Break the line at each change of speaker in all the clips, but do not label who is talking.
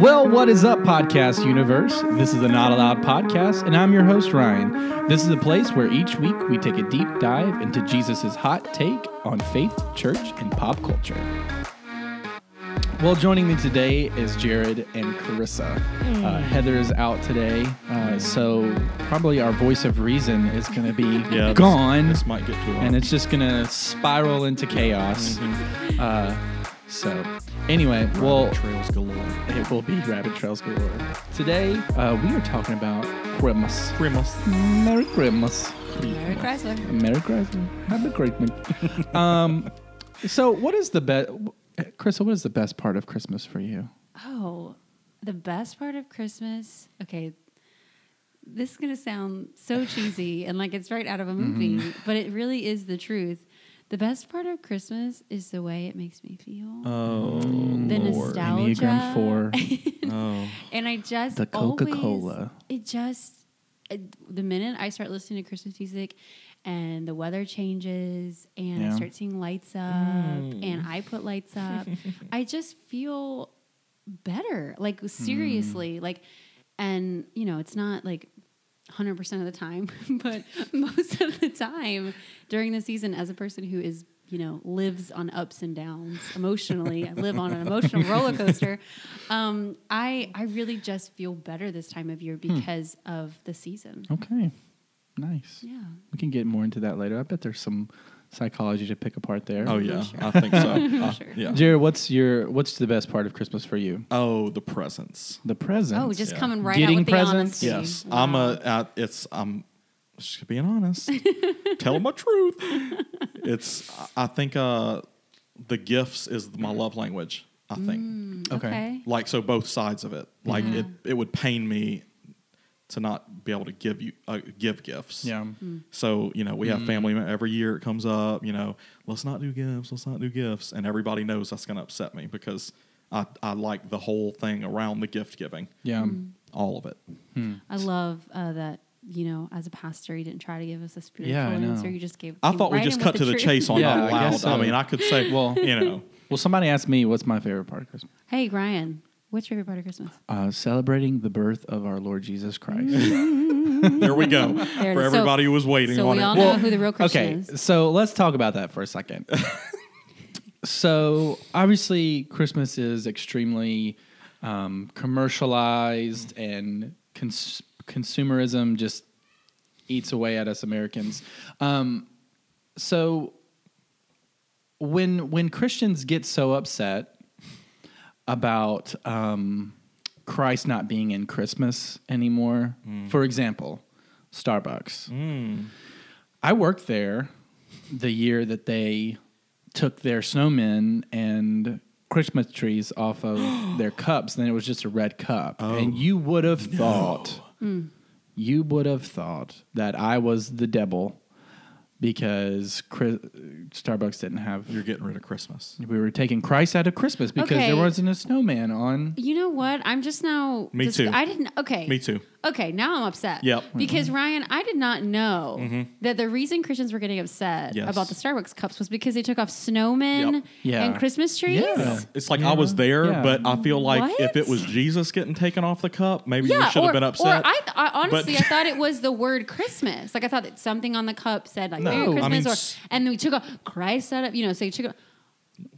Well, what is up, podcast universe? This is the Not Allowed podcast, and I'm your host, Ryan. This is a place where each week we take a deep dive into Jesus' hot take on faith, church, and pop culture. Well, joining me today is Jared and Carissa.
Hmm.
Uh, Heather is out today, uh, so probably our voice of reason is going to be
Yeah, this-
gone,
This might get too long. Mm-hmm.
and it's just going to spiral into chaos. Uh, so, anyway, well,
trails galore.
it will be rabbit trails galore. Today, uh, we are talking about Christmas.
Grimace.
Merry Christmas.
Merry Chrysler.
Merry Christmas. Happy Christmas. um, so, what is the best, Crystal? What is the best part of Christmas for you?
Oh, the best part of Christmas. Okay, this is going to sound so cheesy and like it's right out of a movie, but it really is the truth. The best part of Christmas is the way it makes me feel.
Oh,
the
Lord.
nostalgia.
Enneagram four.
Oh.
And I just
The
always-
Coca-Cola.
It just it- the minute I start listening to Christmas music, and the weather changes, and
Yeah.
I start seeing lights up, and I put lights up, I just feel better.
Hmm.
Like seriously, like, and you know, it's not like. 100% of the time, but most of the time during the season, as a person who is, you know, lives on ups and downs emotionally, I live on an emotional roller coaster. Um, I, I really just feel better this time of
Hmm.
year because of the season.
Oh.
Okay, nice.
Yeah.
We can get more into that later. I bet there's some psychology to pick apart there.
Oh, yeah.
sure.
I think so. Uh,
sure.
Yeah.
Jared, what's your what's the best part of Christmas for you?
Oh, the presents.
The presents.
Oh, just
Yeah.
coming right
Getting
out with
presents?
the honesty.
Yes.
Wow.
I'm a, uh, it's, I'm just being honest. Tell my truth. It's, I- I think uh, the gifts is my love language, I think.
Mm.
okay.
Um, okay.
like so both sides of it like
Mm-hmm.
it it would pain me to not be able to give you uh, give gifts
Yeah.
Mm.
so you know we have family every year it comes up you know let's not do gifts let's not do gifts and everybody knows that's going to upset me because I, I like the whole thing around the gift giving
Yeah.
Mm.
all of it
I love uh, that, you know, as a pastor, you didn't try to give us a spiritual
Yeah, I know.
answer. You just gave.
i thought
right
we just
in
cut
with
to the
truth.
chase on
Yeah,
out
I
loud
guess
i
so.
mean i could say
Well-
well you know
Well, somebody asked me what's my favorite part of Christmas.
Hey, Ryan, what's your favorite part of Christmas?
Uh, celebrating the birth of our Lord Jesus Christ.
there we go
it
for
is. So-
everybody who was waiting
so
on
we
it
all know who the real Christian
okay,
is.
so let's talk about that for a second. so obviously, Christmas is extremely um, commercialized, and cons- consumerism just eats away at us Americans. Um, so when when Christians get so upset about um, Christ not being in Christmas anymore, for example, Starbucks. I worked there the year that they took their snowmen and Christmas trees off of their cups, and it was just a red cup. and you would have thought, you would have thought that I was the devil because Chris, Starbucks didn't have.
you're getting rid of christmas
We were taking Christ out of Christmas because
Okay.
there wasn't a snowman on.
You know what? I'm just now.
Me
dis-
too.
I didn't. Okay.
me too
Okay, now I'm upset.
Yep. Mm-hmm.
Because Ryan, I did not know that the reason Christians were getting upset
Yes.
about the Starbucks cups was because they took off snowmen
Yep.
Yeah.
and Christmas trees.
Yeah.
It's like
Yeah.
I was there,
Yeah.
but I feel like if
What?
it was Jesus getting taken off the cup, maybe
Yeah,
you should
or,
have been upset.
Or I, th- I honestly,
But-
I thought it was the word Christmas. Like I thought that something on the cup said like
No,
Merry
I
Christmas,
mean,
or
s-
and then we took a Christ out of you know. So you took a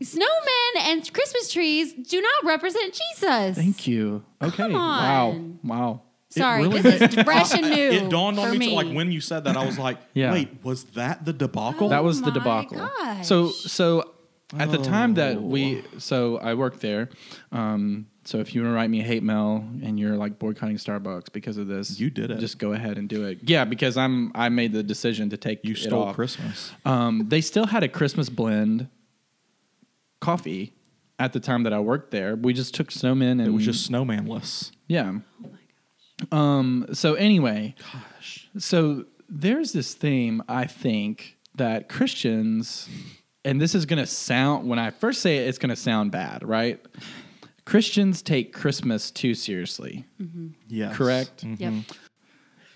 snowmen and Christmas trees do not represent Jesus.
Thank you. Okay.
on.
Wow. Wow.
Sorry,
really
this is fresh and new.
it dawned
for
on me,
me
too, like when you said that, I was like,
Yeah.
wait, was that the debacle?
That was the
Oh my
debacle.
gosh.
So so at the time
Oh.
that we so I worked there. Um, so if you want to write me a hate mail and you're like boycotting Starbucks because of this,
You did it.
Just go ahead and do it. Yeah, because I'm I made the decision to take
you
it
stole
off.
Christmas.
Um, they still had a Christmas blend coffee at the time that I worked there. We just took snowmen and
It was just snowmanless.
yeah.
Oh
Um, so anyway, gosh. So there's this theme I think that Christians and this is going to sound when I first say it it's going to sound bad, right? Christians take Christmas too seriously.
Mm-hmm.
Yes.
Correct.
Mm.
Yep.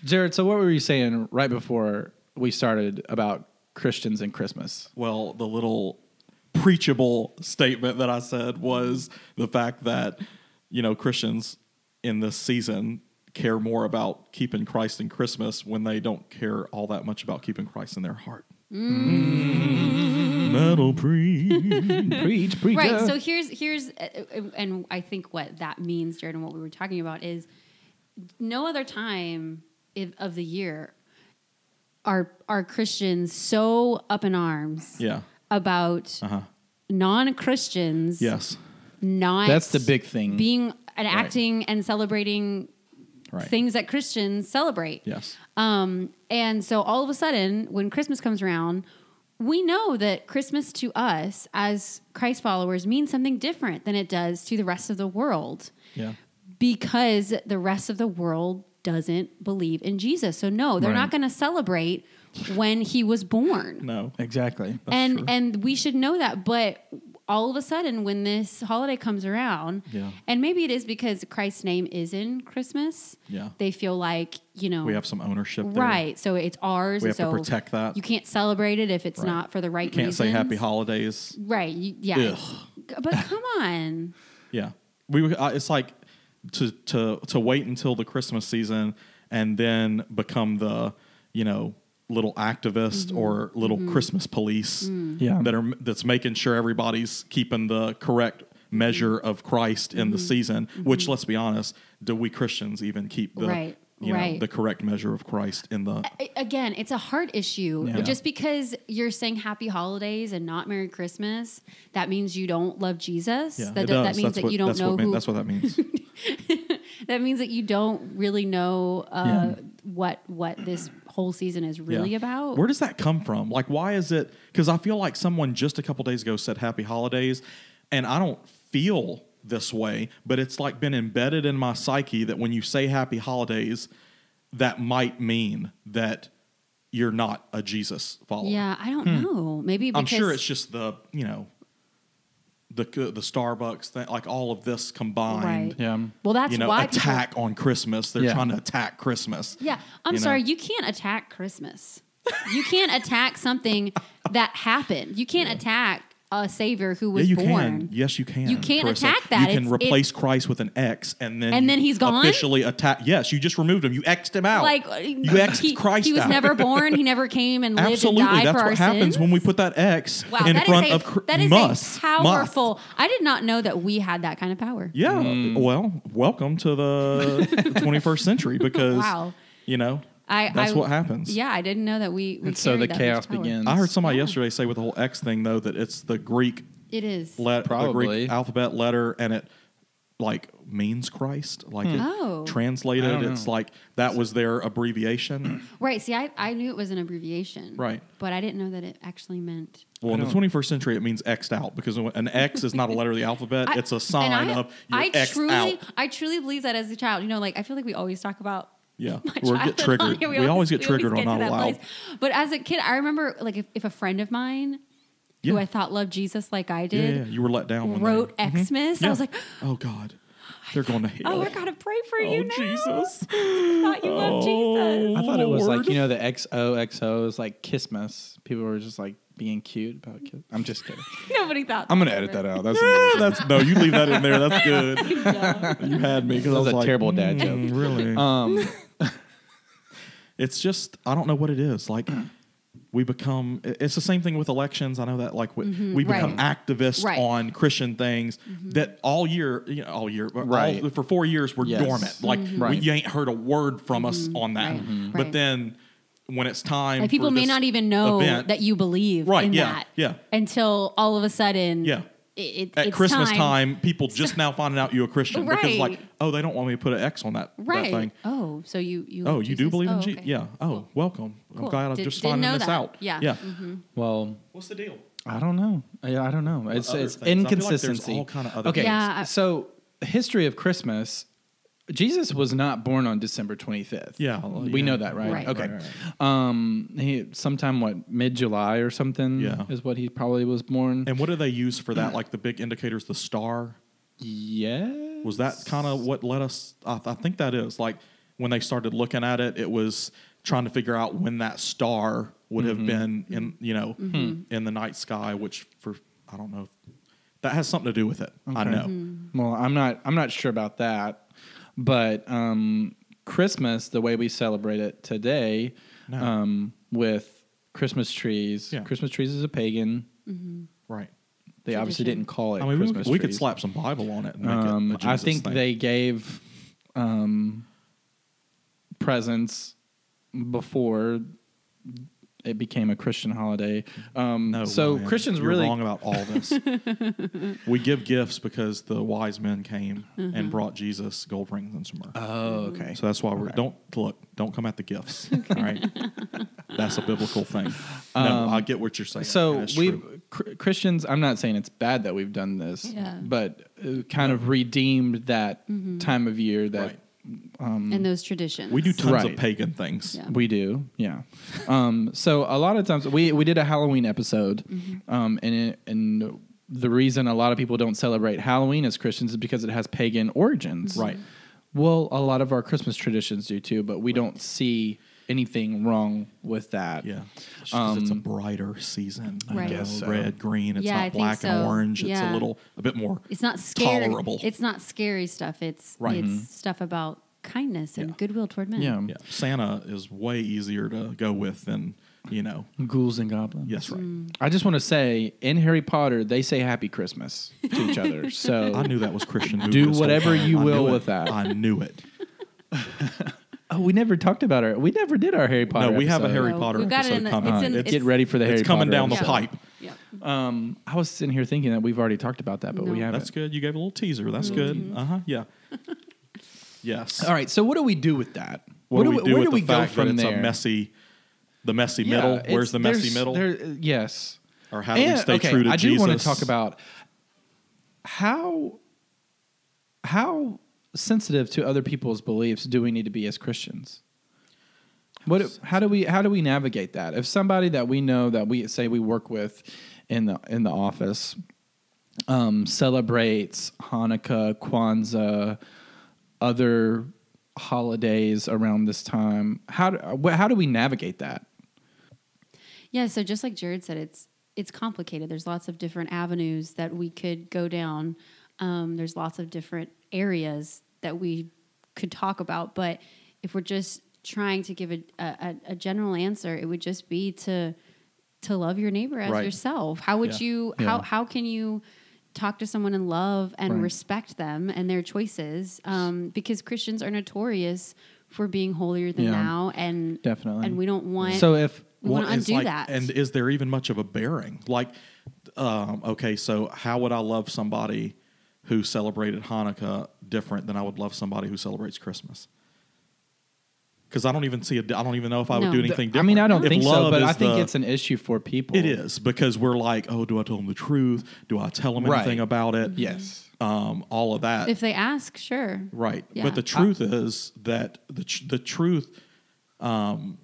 Jared, so what were you saying right before we started about Christians and Christmas?
Well, the little preachable statement that I said was the fact that you know, Christians in this season care more about keeping Christ in Christmas when they don't care all that much about keeping Christ in their heart. Metal pre.
preach, preach.
right so here's here's uh, and i think what that means jared and what we were talking about is no other time if, of the year are are christians so up in arms
yeah.
about
Uh-huh.
Uh huh.
non-christians
Yes.
not
That's the big thing.
being and acting and celebrating
Right.
things that christians celebrate
Yes.
um, and so all of a sudden, when Christmas comes around, we know that Christmas to us as Christ followers means something different than it does to the rest of the world
Yeah.
because the rest of the world doesn't believe in Jesus. So no, they're
Right.
not going to celebrate when he was born
No.
exactly.
That's
and
true.
and we should know that but all of a sudden when this holiday comes around
Yeah.
and maybe it is because christ's name is in christmas
Yeah.
they feel like you know
We have some ownership there.
right so it's ours
We
and
have to
so
protect that.
you can't celebrate it if it's
Right.
not for the right
Can't say happy
reasons.
holidays.
right you- yeah
Ugh.
but come on
Yeah, we. were- I- It's like to to to wait until the Christmas season and then become the you know little activist
Mm-hmm.
or little Christmas police
Mm.
Yeah.
that are that's making sure everybody's keeping the correct measure
Mm-hmm.
of Christ in the season. Which let's be honest, do we Christians even keep the
Right,
you know
right.
the correct measure of Christ in the
I- again, it's a heart issue.
Yeah.
Just because you're saying happy holidays and not Merry Christmas, that means you don't love Jesus.
yeah,
that,
it
do- that
does.
means
that's
that
what,
you don't
that's
know
what, mean-
who
That's what that means.
that means that you don't really know uh, what what this whole season is
Yeah.
really about.
Where does that come from? Like, why is it? Because I feel like someone just a couple days ago said Happy Holidays, and I don't feel this way, but it's like been embedded in my psyche that when you say Happy Holidays, that might mean that you're not a Jesus follower.
yeah, I don't know. Maybe because
Hmm. I'm sure it's just the you know the the Starbucks thing, like all of this combined.
Right.
Yeah.
well, that's
you know,
why people-
attack on Christmas. They're
Yeah.
trying to attack Christmas.
yeah, I'm
you know.
sorry. You can't attack Christmas. you can't attack something that happened. You can't attack a savior who was
yeah, you
born.
can. Yes, you can.
You can't
Carissa.
attack that.
You can
It's-
replace Christ with an X, and then
And
you
then he's gone?
Officially attack. Yes, you just removed him. You X'd him out.
Like uh,
you X'd
he,
Christ
he was
out.
never born. He never came and lived
Absolutely,
and died
that's
for
what
our
happens
sins.
when we put that X
wow,
in
that is
front
a,
of cr-
that is
must,
a powerful. I did not know that we had that kind of power.
Must. Yeah. Well, welcome to the 21st century because
Wow.
you know
I,
that's
I-
what happens.
Yeah, I didn't know that we. we
And so
carried
the
that much
chaos
power.
begins.
I heard somebody
Yeah.
yesterday say with the whole X thing though that it's the Greek
It is.
let the
Probably.
Greek alphabet letter and it like means Christ. Like it
Oh.
I
translated,
don't
it's
know.
like that was their abbreviation.
right. See, I, I knew it was an abbreviation.
Right.
But I didn't know that it actually meant.
well, in the
don't-
21st century, it means X'd out because an X is not a letter of the alphabet;
I-
it's a
and
sign
I-
of you're
I
X'd
truly,
out.
I truly believe that as a child. You know, like I feel like we always talk about.
Yeah, we
my
get
childhood on
triggered.
here.
We, always get triggered
get
on
to
not
that
allowed.
place. But as a kid, I remember like if, if a friend of mine,
Yeah.
who I thought loved Jesus like I
Yeah, yeah,
did,
you were let down. When
wrote
they,
Xmas, I
Mm-hmm. Yeah.
was like,
"Oh God, they're going to hell."
oh, I gotta pray for
Oh,
you now.
Jesus. Oh.
I thought you loved Jesus.
I thought it was like
Lord.
you know the XOXO is like Christmas. People were just like being cute about. Kiss- I'm just kidding.
Nobody thought.
I'm
that
gonna edit
ever.
that out. That's
That's no, you leave that in there. That's good. you had me because I
That was
was
a
like,
terrible dad joke.
"Mm, Really?
um.
It's just I don't know what it is. Like we become i- it's the same thing with elections. I know that like we, we become activists
Mm-hmm. Right. Mm-hmm.
on Christian things that all year, you know, all year, but
Right.
all, for four years we're
Yes.
dormant. Like
Right. Mm-hmm.
we, you ain't heard a word from us on that.
Mm-hmm. Right. Mhm.
But
Right.
then when it's time,
Like people
for
may
this
not even know
event,
that you believe
Right,
in
yeah,
that.
yeah.
Until all of a sudden,
Yeah.
It, it,
at
it's
Christmas time, people just now finding out you're a Christian because like
Right.
oh they don't want me to put an X on that,
right?
that thing.
Oh, so you you
Oh,
love
you do
Jesus?
believe in
Oh,
Jesus?
okay.
Yeah. Oh, welcome.
Cool.
I'm glad I'm
Did-
just
didn't
finding
know
this
that.
out.
Yeah. Mm-hmm.
Yeah.
Well,
What's the deal?
I don't know. I, I don't know. It's
other
it's
things? I feel like there's
inconsistency.
all kind of other
okay.
things.
Yeah, I-
so history of Christmas. Jesus was not born on December 25th.
Yeah, well,
we
yeah.
know that, right?
Right.
Okay.
Right,
Um, he, sometime what mid July or something.
Yeah.
is what he probably was born.
And what do they use for that? Like the big indicators, the star
yeah,
was that kind of what led us. I, I think that is like when they started looking at it, it was trying to figure out when that star
Mm-hmm.
Mm-hmm.
Hmm.
would have been in you know in the night sky, which for I don't know. That has something to do with it. I
Okay.
know.
Mm-hmm.
Well, I'm not I'm not sure about that, but um, Christmas the way we celebrate it today,
No.
um, with Christmas trees.
Yeah.
Christmas trees is a pagan.
Right.
They obviously
Tradition.
didn't call it.
I mean, we,
Christmas
could- we could
trees.
slap some Bible on it. And make
Um,
it a
I
Jesus
think
thing.
they gave um, presents before it became a Christian holiday. Um,
No,
so
Ryan,
Christians
you're
really
wrong about all this. we give gifts because the wise men came and brought Jesus gold rings and some myrrh.
Oh, okay.
so that's why we're
Okay.
don't look. Don't come at the gifts. All right, that's a biblical thing. No, I get what you're saying. and
So
it's
we
true.
cr- Christians. I'm not saying it's bad that we've done this,
Yeah. Mm-hmm.
but uh, kind of redeemed that time of year that
Right.
and those traditions.
mm. we do tons
Right.
of pagan things.
Yeah.
we do. Yeah. um, so a lot of times we we did a Halloween episode,
Mm-hmm.
um, and it, and the reason a lot of people don't celebrate Halloween as Christians is because it has pagan origins.
Right.
Well, a lot of our Christmas traditions do too, but we don't see anything wrong with that.
Yeah, Um, it's, just 'cause it's a brighter season. you
Right.
know,
Guess so.
Red, green. It's
Yeah, I
not
think
black and
so.
orange. It's a
Yeah.
little, a bit more.
It's not scary.
Tolerable.
It's not scary stuff. It's
Right.
it's stuff about kindness and
Yeah.
goodwill toward men.
Yeah.
Yeah, Santa is way easier to go with than you know.
Ghouls and goblins.
Yes, right.
I just want to say in Harry Potter, they say Happy Christmas to each other.
I
So,
knew that was Christian. movie
Do
this whole
whatever
time.
you
I
will
knew it.
with that.
I knew it.
oh, we never talked about our, we never did our Harry Potter.
no, we have a
episode.
Harry
No,
Potter
we've got it
episode
in the-
coming.
it's in-
It's-
Get ready for the Harry
it's coming
Potter
down the
episode.
pipe.
Yeah.
Um, I was sitting here thinking that we've already talked about that, but we
No.
haven't.
That's good. You gave a little teaser. That's
Mm-hmm.
good. Uh huh. Yeah. Yes.
All right. So, what do we do with that?
What do
Where
we do
where
with
do we
the
go
fact that
from
it's
there?
a messy, the messy
Yeah,
middle?
it's-
Where's the messy
there's-
middle?
there- uh, yes.
Or how do we
And-
stay
okay,
true to
I do
Jesus?
want to talk about how how sensitive to other people's beliefs do we need to be as Christians? What how do we how do we navigate that? If somebody that we know that we say we work with in the in the office um, celebrates Hanukkah, Kwanzaa, other holidays around this time, how do, how do we navigate that?
Yeah, so just like Jared said, it's it's complicated. There's lots of different avenues that we could go down. Um, there's lots of different areas that we could talk about, but if we're just trying to give a, a, a- a general answer, it would just be to to love your neighbor as
Right.
yourself. How would
Yeah.
you how
Yeah.
how can you talk to someone in love and
Right.
respect them and their choices? Um, because Christians are notorious for being holier than
Yeah.
thou and
Definitely.
and we don't want
So if
we want to
What is,
undo
like-
that.
And is there even much of a bearing? Like, um, okay, so how would I love somebody who celebrated Hanukkah different than I would love somebody who celebrates Christmas? Because I don't even see a, I don't even know if I would
No.
do anything
I
different.
mean, I don't
If
think so,
love
but
is
I think
the-
it's an issue for people.
It is because we're like, oh, do I tell them the truth? Do I tell them
Right.
anything about it?
Yes.
Um, all of that.
If they ask, sure.
Right.
Yeah. Uh,
But the truth is that the, tr- the truth um,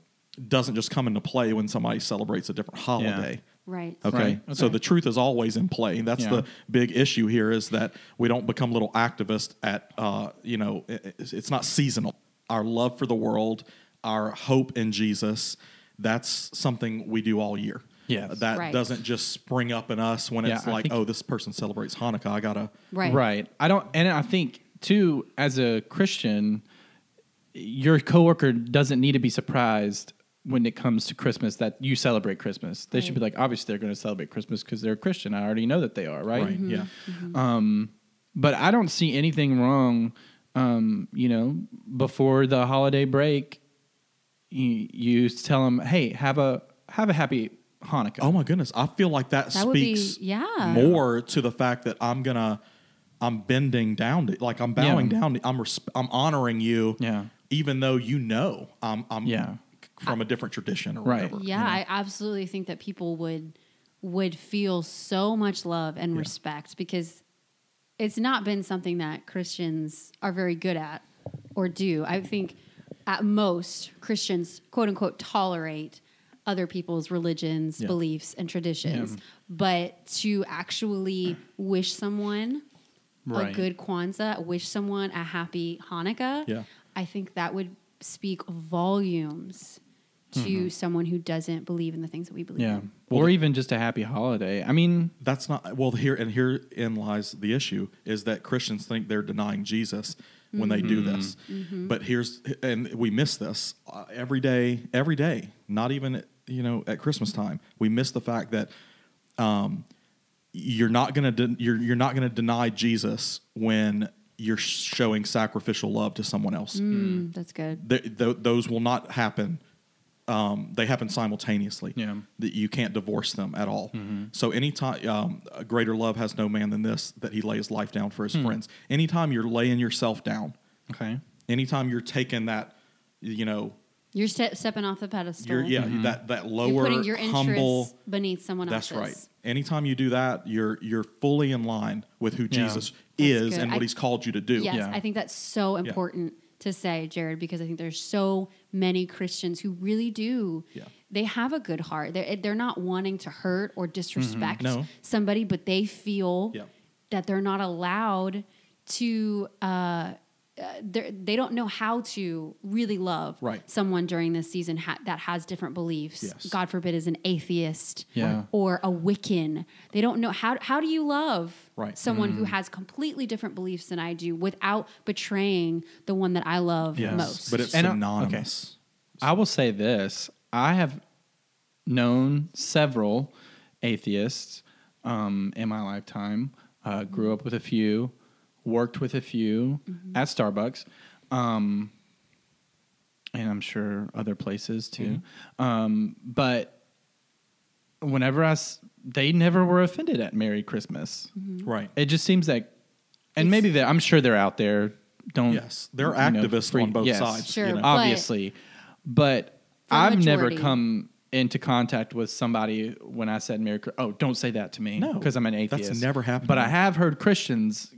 doesn't just come into play when somebody celebrates a different holiday.
Right.
Okay.
Right.
So
Okay.
the truth is always in play. And that's
Yeah.
the big issue here is that we don't become little activists at, uh, you know, i- i- it's not seasonal. Our love for the world, our hope in Jesus, that's something we do all year.
Yes.
That
Right.
doesn't just spring up in us when
Yeah,
it's
I
like,
think-
oh, this person celebrates Hanukkah. I got to.
Right.
Right. I don't, and I think too, as a Christian, your coworker doesn't need to be surprised when it comes to Christmas that you celebrate Christmas. They should be like, obviously, they're going to celebrate Christmas because they're a Christian. I already know that they are, right?
Right.
Mm-hmm.
Yeah.
But I don't see anything wrong, um, you know, before the holiday break, you, you tell them, hey, have a have a happy Hanukkah.
Oh my goodness, I feel like that,
That would be-
speaks
yeah.
more to the fact that I'm gonna I'm bending down to like I'm bowing
Yeah.
down. To, I'm resp- I'm honoring you.
Yeah.
Even though you know I'm I'm
Yeah.
from a different tradition or
Right.
whatever.
Yeah, I absolutely think that people would would feel so much love and respect because it's not been something that Christians are very good at or do. I think at most Christians quote unquote tolerate other people's religions,
Yeah.
beliefs and traditions. But to actually wish someone
Right.
a good Kwanzaa, wish someone a happy Hanukkah.
Yeah.
I think that would speak volumes to
Mm-hmm.
someone who doesn't believe in the things that we believe
Yeah.
in.
or even just a happy holiday. I mean,
That's not well here and herein lies the issue is that Christians think they're denying Jesus when they do this. But here's and we miss this uh, every day every day, not even you know at Christmas time. We miss the fact that um, you're not going to de- you're you're not going to deny Jesus when you're showing sacrificial love to someone else.
Mm, that's good.
Th- th- those will not happen. Um, they happen simultaneously.
Yeah. Mm-hmm.
That you can't divorce them at all. So anytime um, a greater love has no man than this that he lay his life down for his
Hmm.
friends. Anytime you're laying yourself down,
okay.
anytime you're taking that, you know,
You're ste- stepping off the pedestal.
your yeah
Mm-hmm.
that that
You're
lower
putting your interests
humble.
beneath someone
That's
else's.
right. Anytime you do that, you're you're fully in line with who
Yeah.
Jesus
That's
is
good.
and what
I-
he's called you to do.
Yes,
Yeah.
I think that's so important to say, Jared, because I think there's so many Christians who really do.
Yeah.
They have a good heart. They're, they're not wanting to hurt or disrespect
Mm-hmm. No.
somebody, but they feel
Yeah.
that they're not allowed to. Uh, uh, they're- they don't know how to really love
Right.
someone during this season ha- that has different beliefs.
Yes.
God forbid, is an atheist
Yeah.
or a Wiccan. They don't know how. How do you love
Right. Mm.
someone who has completely different beliefs than I do without betraying the one that I love
Yes.
most.
But it's
And I- okay.
synonymous.
I will say this: I have known several atheists um, in my lifetime. Uh, grew up with a few, worked with a few at Starbucks, um, and I'm sure other places too. Um, but whenever I, s- they never were offended at Merry Christmas.
Right.
It just seems like, and
It's-
maybe they, I'm sure they're out there. Don't
Yes, they're
you know,
activists
free-
on both
yes Uh,
sides.
Sure,
you know.
but-
obviously. But
For
I've never
majority.
come into contact with somebody when I said Merry Chri- Oh, don't say that to me.
No,
Because I'm an
that's
atheist.
never happened
But
to
I
me.
have heard Christians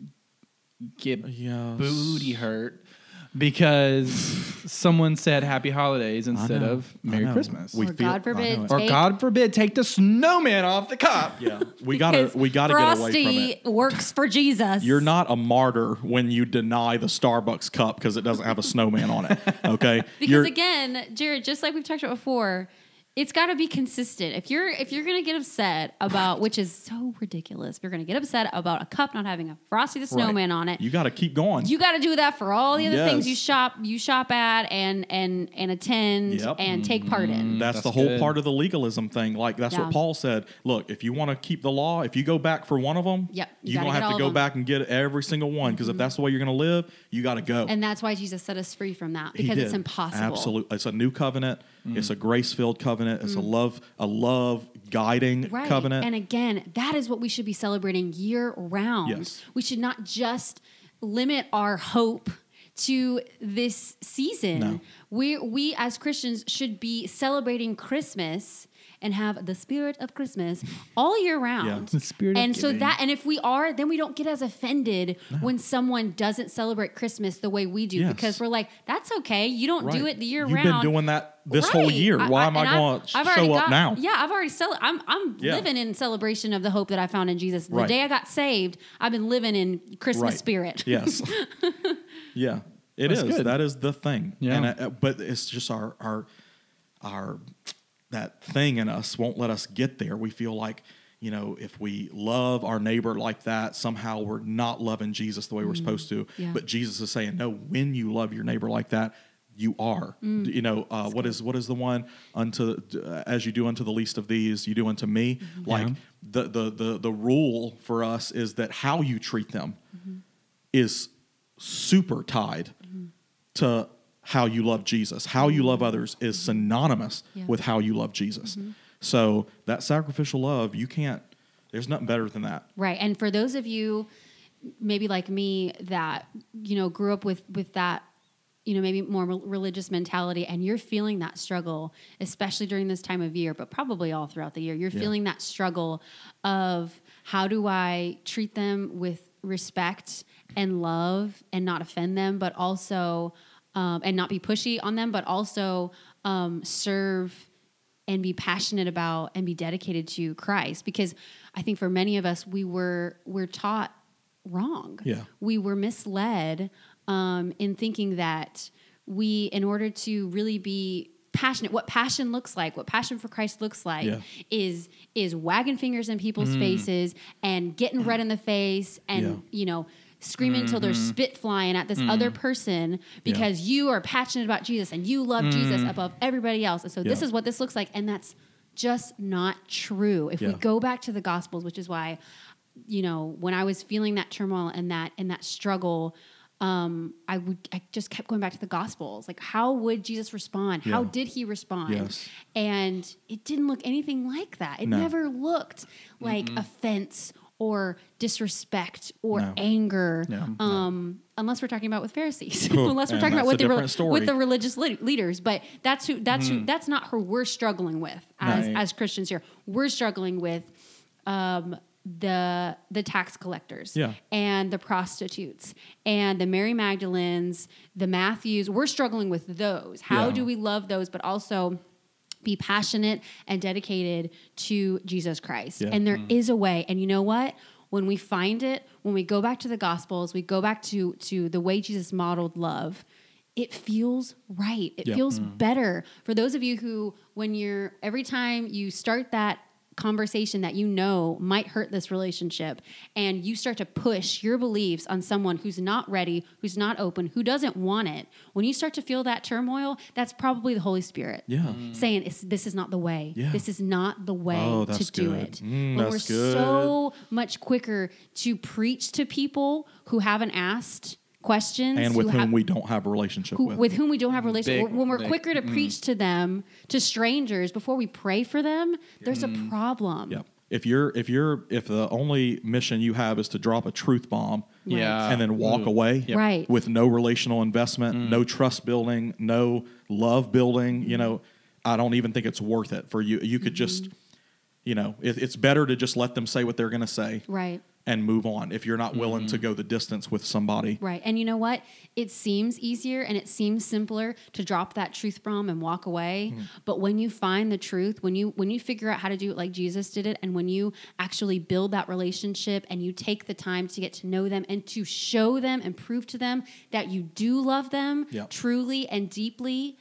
get
Yes.
booty hurt because someone said Happy Holidays instead
know,
of
I
Merry
know.
Christmas.
We
or
feel- I
God forbid,
know it.
or
take-
God forbid, take the snowman off the cop.
yeah, we gotta
because
we gotta get away
Frosty
from it.
works for Jesus.
You're not a martyr when you deny the Starbucks cup because it doesn't have a snowman on it. Okay,
because
You're-
again, Jared, just like we've talked about before, it's got to be consistent. If you're if you're gonna get upset about, which is so ridiculous, if you're gonna get upset about a cup not having a Frosty the
right.
Snowman on it.
You gotta keep going.
you got to do that for all the other
Yes.
things you shop you shop at and and and attend
Yep.
and take part in.
that's,
That's
the whole
good.
part of the legalism thing. Like that's
Yeah.
what Paul said. Look, if you want to keep the law, if you go back for one of them,
Yep, you
you are
gotta
gonna
get
have
all
to
of Mm-hmm.
go
them.
back and get every single one because if that's the way you're gonna live, you gotta go.
And that's why Jesus set us free from that
He
because it's
did.
impossible.
Absolute- It's a new covenant. It's a grace-filled covenant. It's a love, a love guiding
Mm. Right.
covenant.
And again, that is what we should be celebrating year round.
Yes.
We should not just limit our hope to this season.
No.
We we as Christians should be celebrating Christmas and have the spirit of Christmas all year round.
The spirit of
and so
giving.
that and if we are, then we don't get as offended when someone doesn't celebrate Christmas the way we do
Yes.
because we're like, that's okay. You don't do
Right.
it the year
You've
round.
been doing that this whole
Right.
year. Why am I
and
going to
I've-
show
I've
up
already got-
now?
Yeah, I've already cel- I'm I'm
Yeah.
living in celebration of the hope that I found in Jesus. The
Right.
day I got saved, I've been living in Christmas
Right.
spirit.
Yes. yeah. it is.
That's good.
That is the thing.
Yeah.
And I, but it's just our our our that thing in us won't let us get there. We feel like you know if we love our neighbor like that, somehow we're not loving Jesus the way we're supposed to.
Mm. Yeah.
But Jesus is saying, no. When you love your neighbor like that. You are,
Mm.
you know, uh, what is what is the one unto uh, as you do unto the least of these, you do unto me.
Mm-hmm.
Like
Yeah.
the, the the the rule for us is that how you treat them is super tied to how you love Jesus. How you love others is synonymous
Yeah. Mm-hmm.
with how you love Jesus. So that sacrificial love, you can't. There's nothing better than that.
Right. And for those of you maybe like me that you know grew up with with that you know maybe more rel- religious mentality and you're feeling that struggle especially during this time of year but probably all throughout the year you're
Yeah.
feeling that struggle of how do I treat them with respect and love and not offend them but also um, and not be pushy on them but also um, serve and be passionate about and be dedicated to Christ because I think for many of us we were we're taught wrong.
Yeah.
We were misled um, in thinking that we in order to really be passionate what passion looks like what passion for christ looks like
Yeah. Mm.
is is wagging fingers in people's faces and getting red in the face and
Yeah. Mm-hmm. Mm.
you know screaming till there's spit flying at this other person because you are passionate about jesus and you love jesus above everybody else and so this
Mm. Yeah.
is what this looks like and that's just not true if we
Yeah.
go back to the gospels which is why you know when i was feeling that turmoil and that and that struggle um, I would I just kept going back to the gospels. Like how would Jesus respond? How
Yeah.
did he respond?
Yes.
And it didn't look anything like that. It
No.
never looked like offense or disrespect or
No.
anger.
No, no.
Um, unless we're talking about with Pharisees.
Oh,
unless we're
and
talking about
that's
with
a
the rel-
different story.
with the religious le- leaders, but that's who that's
Mm.
who that's not who we're struggling with as
Right.
as Christians here. We're struggling with um, the the tax collectors
Yeah.
and the prostitutes and the Mary Magdalenes, the Matthews. We're struggling with those. How
Yeah.
do we love those, but also be passionate and dedicated to Jesus Christ?
Yeah.
And there is a way. And you know what? When we find it, when we go back to the Gospels, we go back to to the way Jesus modeled love. It feels right. It
Yeah.
feels better for those of you who, when you're every time you start that conversation that you know might hurt this relationship and you start to push your beliefs on someone who's not ready, who's not open, who doesn't want it, when you start to feel that turmoil, that's probably the Holy Spirit
Yeah.
saying it's, this is not the way.
Yeah.
This is not the way
Oh,
to
that's
do
good.
it.
Mm,
when
that's
we're
good.
so much quicker to preach to people who haven't asked questions
And with
who
whom
have-
we don't have a relationship
who,
with.
with whom we don't have a relationship.
Big-
when we're
big-
quicker to preach to them, to strangers, before we pray for them, there's a problem.
yeah. If you're if you're if the only mission you have is to drop a truth bomb
Yeah.
and then walk
Ooh.
away
Yep. Mm.
Right.
with no relational investment, no trust building, no love building, you know, I don't even think it's worth it for you. You could just
Mm-hmm.
you know, it, it's better to just let them say what they're going to say
Right.
and move on if you're not willing
Mm-hmm.
to go the distance with somebody.
Right. And you know what? It seems easier and it seems simpler to drop that truth bomb and walk away. But when you find the truth, when you when you figure out how to do it like Jesus did it and when you actually build that relationship and you take the time to get to know them and to show them and prove to them that you do love them
Yep.
truly and deeply,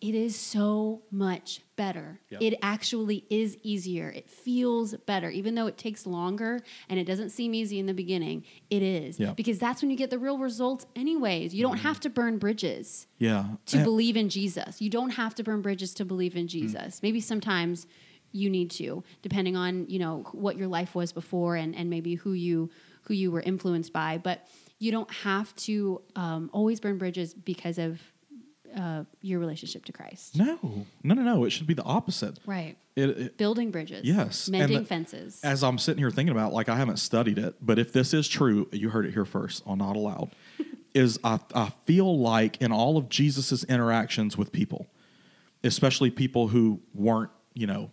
it is so much better.
Yeah.
It actually is easier. It feels better, even though it takes longer and it doesn't seem easy in the beginning. It is
Yeah. Mm-hmm.
because that's when you get the real results, anyways. You don't have to burn bridges
Yeah. Mm-hmm.
to
And-
believe in Jesus. You don't have to burn bridges to believe in Jesus. Maybe sometimes you need to, depending on you know what your life was before and and maybe who you who you were influenced by. But you don't have to um, always burn bridges because of uh, your relationship to Christ.
No, no, no, no. It should be the opposite.
Right.
It, it-
Building bridges.
Mm-hmm. Yes. And
Mending
the-
fences.
as I'm sitting here thinking about, like I haven't studied it, but if this is true, you heard it here first on Not Allowed. is I, I feel like in all of Jesus's interactions with people, especially people who weren't, you know,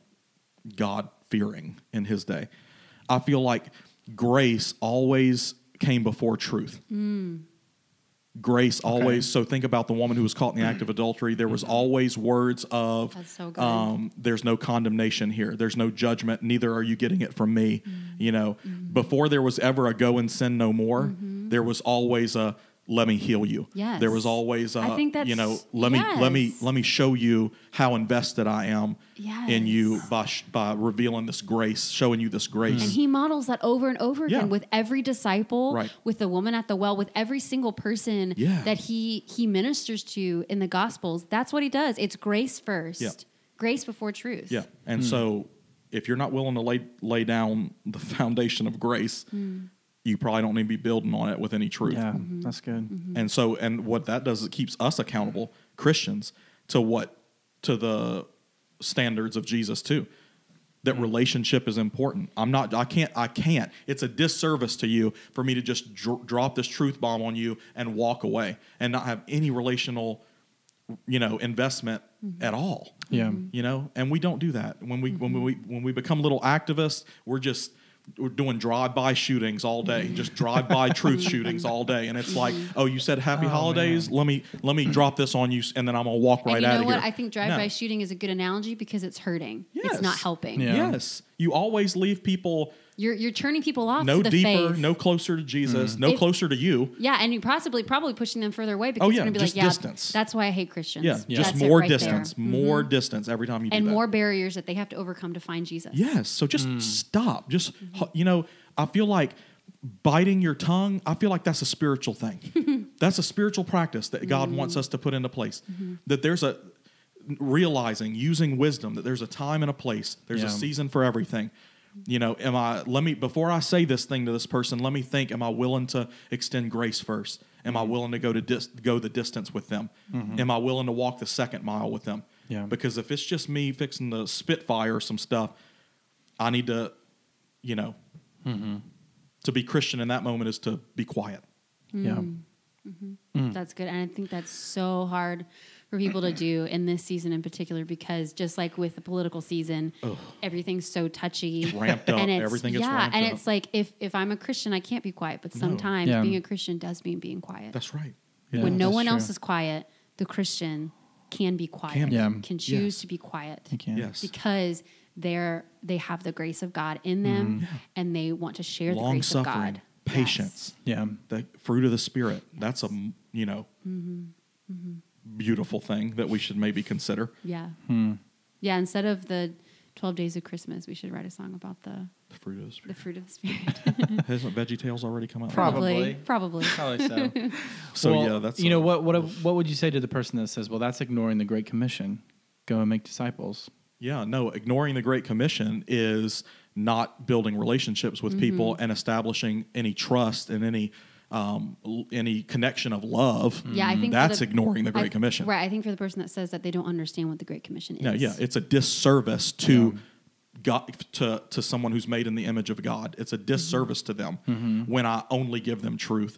God fearing in his day, I feel like grace always came before truth. Grace always. So think about the woman who was caught in the act of adultery. There was always words of,
Mm-hmm. That's so good.
um, "There's no condemnation here. There's no judgment. Neither are you getting it from me."
Mm-hmm.
You know, before there was ever a "Go and sin no more," there was always a "Let me heal you."
Mm-hmm. Yes.
There was always a
I think that's-
you know, let me let me
yes.
let me show you how invested I am in you
Yes.
by sh- by revealing this grace, showing you this grace.
And he models that over and over again
Mm. Yeah.
with every disciple,
Right.
with the woman at the well, with every single person
Yeah.
that he he ministers to in the gospels. That's what he does. It's grace first.
Yeah.
Grace before truth.
Yeah, and so if you're not willing to lay lay down the foundation of grace, you probably don't need to be building on it with any truth.
Yeah, that's good.
And so, and what that does is it keeps us accountable, Christians, to what to the standards of Jesus too. That relationship is important. I'm not. I can't. I can't. It's a disservice to you for me to just dr- drop this truth bomb on you and walk away and not have any relational, you know, investment
Mm-hmm.
at all
Yeah.
you know and we don't do that when we when we when we become little activists we're just we're doing drive-by shootings all day
Mm-hmm.
just drive-by truth shootings all day and it's like oh you said happy holidays let me let me drop this on you s- and then i'm gonna walk right
and you
out
know
of
what?
here
I think drive-by
No.
shooting is a good analogy because it's hurting. It's
Yes.
not helping.
Yeah.
yes You always leave people
You're you're turning people off.
no
to the
deeper,
faith.
no closer to Jesus, no
If-
closer to you.
Yeah, and you possibly probably pushing them further away because
Oh,
you're
yeah,
gonna be
just
like, yeah,
distance.
that's why I hate Christians.
Yeah, just
That's it
more
right there. Mm-hmm.
distance, more distance every time you do
and
that.
more barriers that they have to overcome to find Jesus.
Yes. So just stop. Just
Mm-hmm.
h- you know, I feel like biting your tongue. I feel like that's a spiritual thing. that's a spiritual practice that God
Mm-hmm.
wants us to put into place. That there's a realizing using wisdom that there's a time and a place. There's
Yeah.
a season for everything. You know, am I let me before I say this thing to this person, let me think am I willing to extend grace first? Am I willing to go to dis- go the distance with them? Am I willing to walk the second mile with them?
Yeah.
Because if it's just me fixing the spitfire or some stuff, I need to, you know, Mm-hmm. to be Christian in that moment is to be quiet.
Mm-hmm.
Yeah.
Mm.
That's good. And I think that's so hard for people to do in this season in particular because just like with the political season, everything's so touchy.
Ramped up.
And it's,
Everything gets
yeah,
ramped
and
up.
it's like if if I'm a Christian, I can't be quiet. But sometimes
Yeah.
being a Christian does mean being quiet.
That's right.
Yeah.
when no
that's
one else
true.
is quiet, the Christian can be quiet.
Can
be. Yeah.
Can choose
Yes.
to be quiet
You can.
Yes.
because they're they have the grace of God in them and they want to share the
Mm. Long
grace of
suffering,
God. Yes.
patience,
Yeah.
the fruit of the spirit. That's a m- you know beautiful thing that we should maybe consider.
Yeah.
Hmm.
Yeah, instead of the 12 days of Christmas, we should write a song about the,
The fruit of the
the
spirit.
fruit of the spirit.
Hasn't Veggie Tales already come out?
Probably.
Probably.
Probably so.
So
Well,
yeah, that's
you know
a-
what what what would you say to the person that says, "Well, that's ignoring the Great Commission. Go and make disciples."
Yeah, no, ignoring the Great Commission is not building relationships
Mm-hmm.
with people and establishing any trust and any um, l- any connection of love.
Yeah, I think for
that's
the-
ignoring the Great
I-
Commission.
Right. I think for the person that says that they don't understand what the Great Commission is.
No, yeah, it's a disservice to God to to someone who's made in the image of God. It's a disservice to them when I only give them truth,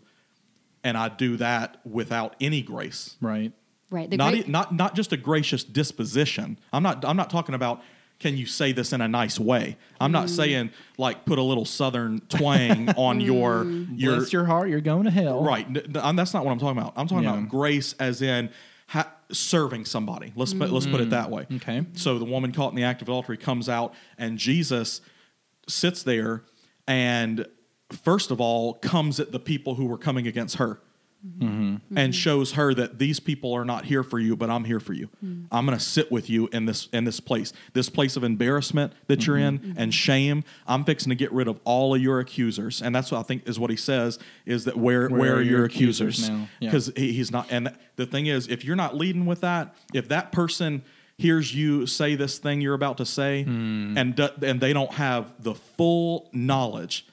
and I do that without any grace.
Right.
right. The
not
great,
e- not not just a gracious disposition. I'm not I'm not talking about can you say this in a nice way. I'm not saying like put a little southern twang on your your,
Mm. Bless your heart. You're going to hell.
right. N- th- I'm- that's not what I'm talking about. I'm talking
Yeah.
about grace as in ha- serving somebody. Let's put, let's put it that way.
Mm-hmm. Okay.
So the woman caught in the act of adultery comes out and Jesus sits there and first of all comes at the people who were coming against her and shows her that these people are not here for you, but I'm here for you. I'm going to sit with you in this in this place, this place of embarrassment that you're in and shame. I'm fixing to get rid of all of your accusers, and that's what I think is what he says is that where where, are your accusers?
now? Yeah.
Because he, he's not. And the thing is, if you're not leading with that, if that person hears you say this thing you're about to say, and do, and they don't have the full knowledge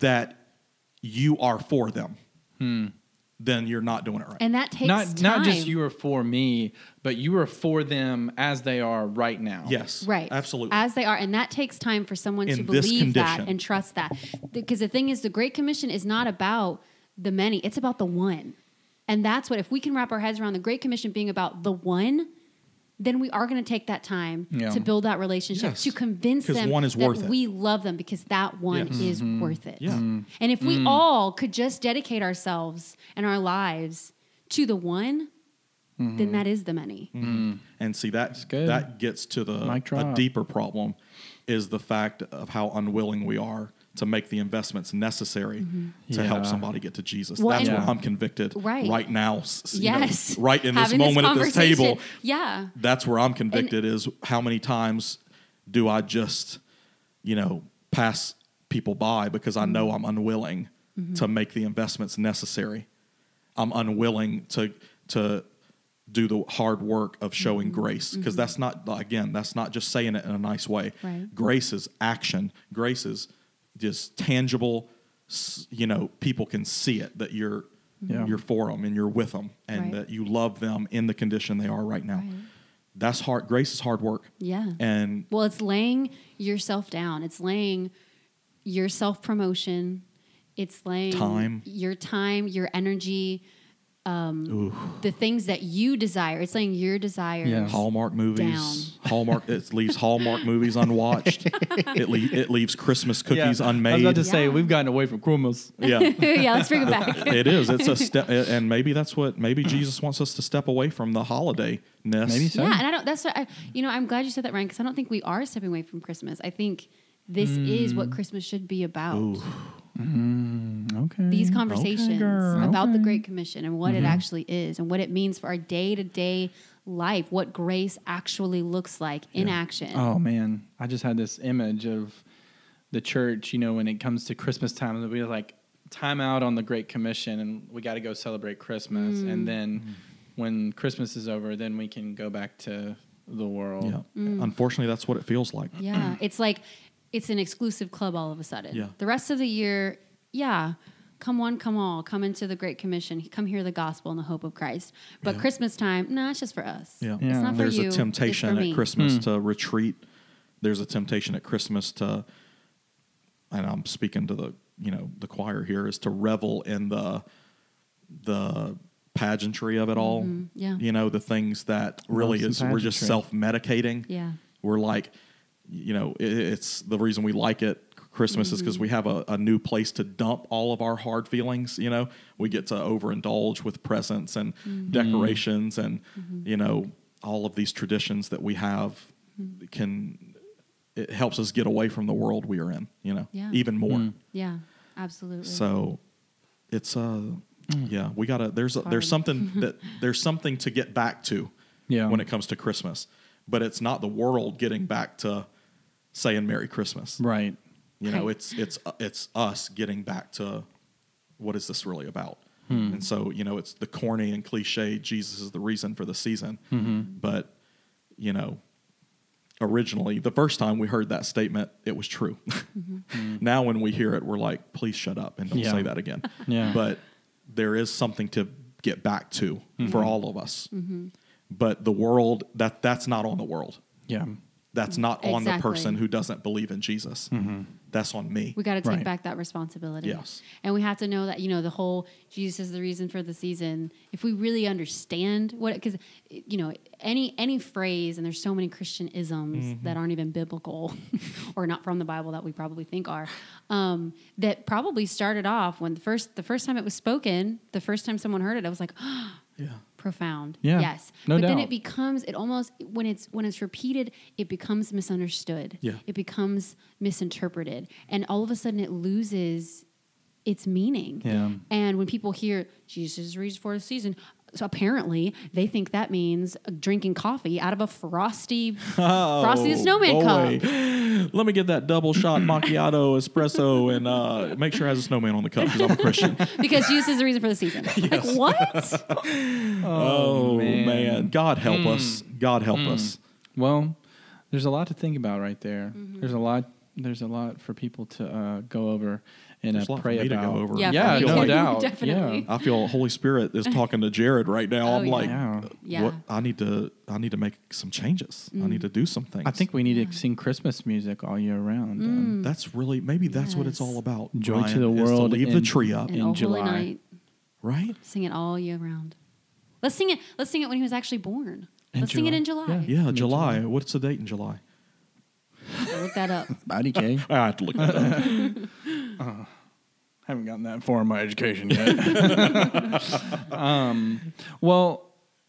that you are for them. Then you're not doing it right.
and that takes
Not
time.
not just you are for me, but you are for them as they are right now.
Yes.
Right.
Absolutely.
As they are. And that takes time for someone to
In this
believe that
condition.
and trust that. Because the thing is, the Great Commission is not about the many, it's about the one. And that's what, if we can wrap our heads around the Great Commission being about the one, then we are going to take that time
Yeah.
to build that relationship,
Yes.
to convince
'Cause
them
one is
that
worth it.
we love them because that one
Yes.
is worth it.
Yeah. Mm.
And if we all could just dedicate ourselves and our lives to the one,
Mm-hmm.
then that is the many. Mm-hmm.
and see that
good.
that gets to the
Mic
a
drop.
deeper problem is the fact of how unwilling we are to make the investments necessary to help
Yeah.
somebody get to Jesus.
Mm-hmm. Well,
That's
and-
where I'm convicted
Right.
now. s- s- you know,
Yes.
right in this
Having
moment at this table.
conversation. Yeah.
That's where I'm convicted is how many times do I just, you know, pass people by because I know
Mm-hmm.
I'm unwilling to make the investments necessary. I'm unwilling to to do the hard work of showing
Mm-hmm.
grace because that's not again that's not just saying it in a nice way.
Right.
Grace is action. Grace is just tangible. s- You know, people can see it that you're
Yeah.
you're for them and you're with them and
Mm-hmm. Right.
that you love them in the condition they are right now.
Right.
That's hard. Grace is hard work.
Yeah.
And
Well, it's laying yourself down. It's laying your self promotion. It's laying
Time.
your time, your energy, um, the things that you desire. It's laying your desires.
Yeah.
Hallmark movies, Hallmark it leaves Hallmark movies unwatched. it, le- it leaves Christmas cookies
I was about
unmade.
to say
Yeah.
we've gotten away from Christmas.
yeah.
yeah, let's bring it back.
it is. It's a step, and maybe that's what maybe Jesus wants us to step away from the holiday ness.
Maybe so.
Yeah, and I don't. That's what I. You know, I'm glad you said that, Ryan, because I don't think we are stepping away from Christmas. I think this is
Mm.
what Christmas should be about.
Okay.
These conversations
Mm, girl. Mm-hmm.
about the
Okay.
Great Commission and what it actually is and what it means for our day to day life, what grace actually looks like in action.
Oh man, I just had this image of the church. You know, when it comes to Christmas time, we be like time out on the Great Commission, and we got to go celebrate Christmas.
Mm.
And then
Mm.
when Christmas is over, then we can go back to the world.
Yeah. Unfortunately, that's what it feels like.
Yeah, it's like it's an exclusive club all of a sudden.
Yeah.
The rest of the year, yeah, come one, come all, come into the Great Commission, come hear the gospel and the hope of Christ. But
Yeah.
Christmas time, nah, it's just for us.
Yeah.
it's not for
There's
you.
a
it's
temptation
for me.
at
Hmm.
Christmas to retreat. There's a temptation at Christmas to, and I'm speaking to the you know the choir here is to revel in the the pageantry of it all.
Mm-hmm. yeah.
You know the things that really
some
is we're just
pageantry.
self medicating.
Yeah.
We're like, you know, it, it's the reason we like it. Christmas is because we have a, a new place to dump all of our hard feelings. You know, we get to overindulge with presents and decorations, and you know, all of these traditions that we have can it helps us get away from the world we are in. You know,
Yeah.
even more.
Yeah, absolutely.
So it's uh yeah, we gotta there's a, there's something that there's something to get back to
Yeah.
when it comes to Christmas. But it's not the world getting back to saying Merry Christmas.
Right.
You know,
Right.
it's it's uh, it's us getting back to what is this really about?
Hmm.
And so, you know, it's the corny and cliche Jesus is the reason for the season.
Mm-hmm.
But, you know, originally the first time we heard that statement, it was true. now when we hear it, we're like, please shut up and don't
Mm-hmm. Yeah.
say that again.
Yeah.
But there is something to get back to
Mm-hmm.
for all of us. But the world that that's not on the world.
Yeah.
That's not on the
Exactly.
person who doesn't believe in Jesus. That's on me.
We got to take
Mm-hmm. Right.
back that responsibility.
Yes.
And we have to know that, you know, the whole Jesus is the reason for the season. If we really understand what cuz you know, any any phrase and there's so many Christian isms
Mm-hmm.
that aren't even biblical or not from the Bible that we probably think are um, that probably started off when the first the first time it was spoken, the first time someone heard it, I was like,
yeah.
profound.
Yeah,
Yes.
no
but then
doubt.
it becomes it almost when it's when it's repeated, it becomes misunderstood.
Yeah.
It becomes misinterpreted. And all of a sudden it loses its meaning.
Yeah.
And when people hear Jesus reads for the season, so apparently they think that means drinking coffee out of a frosty
Oh,
frosty the snowman cup.
Oh, boy. Let me get that double shot macchiato espresso and uh, make sure it has a snowman on the cup because I'm a Christian.
Because Jesus is the reason for the season. Like what?
oh, man. God help
Mm.
us. God help us.
Well, there's a lot to think about right there.
Mm-hmm.
There's a lot. There's a lot for people to uh, go over and
There's a
uh,
lot for
pray
me to go
about.
over.
Yeah, for
yeah
me
no
too.
doubt.
Definitely.
Yeah.
I feel Holy Spirit is talking to Jared right now.
Oh,
I'm
yeah.
like,
Yeah.
Yeah. Mm.
what? I need to. I need to make some changes. I need to do some things.
I think we need to sing Christmas music all year round. then.
that's really maybe that's what it's
Mm. Yes.
all about.
Joy
Ryan,
to the
is
world
leave the
and-
tree up,
and
In
oh holy
July.
night.
right?
Sing it all year round. Let's sing it. Let's sing it when he was actually born.
In
let's sing it
July.
in July.
Yeah, July. What's the date in July?
So look that up.
Body K.
I have to look that up.
haven't gotten that far in my education yet. um, well,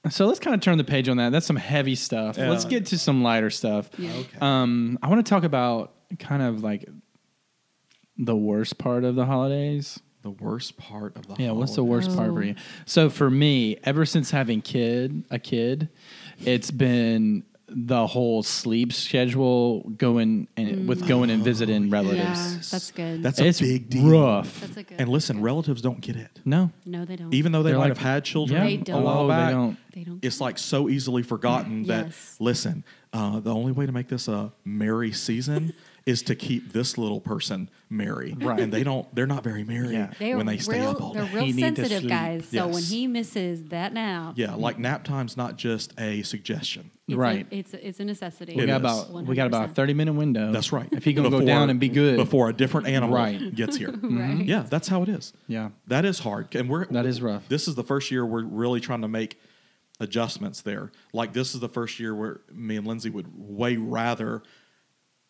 so let's kind of turn the page on that. That's some heavy stuff.
Yeah.
Let's get to some lighter stuff.
Yeah.
Okay.
Um, I want to talk about kind of like the worst part of the holidays.
the worst part of the
Yeah, what's the worst part for
Oh.
you? So for me, ever since having kid a kid, it's been the whole sleep schedule going and with going and visiting relatives.
Yeah, that's good.
Mm. That's
It's
a big deal.
rough.
That's a good.
And listen, relatives don't get it.
no,
no, they don't.
Even though they
They're
might
like-
have had children
yeah,
They
a
don't.
while
Oh, they
back,
don't.
they don't.
it's like so easily forgotten that
Yes.
listen, uh, the only way to make this a merry season is to keep this little person merry,
Right.
And they don't, they're not very merry
Yeah.
they are
when they stay
real,
up all
they're
day.
He
real
need to
sensitive
sleep.
guys. So when
Yes.
he misses that now,
Yeah, like nap time's not just a suggestion.
it's
right.
A, it's a, it's a necessity.
We
It
got
is.
about we got about a thirty minute window.
That's right.
If he gonna go down and be good,
before a different animal
Right.
gets here.
Right.
Yeah, that's how it is.
yeah,
That is hard, and we're
That is rough.
This is the first year we're really trying to make adjustments there. Like this is the first year where me and Lindsay would way rather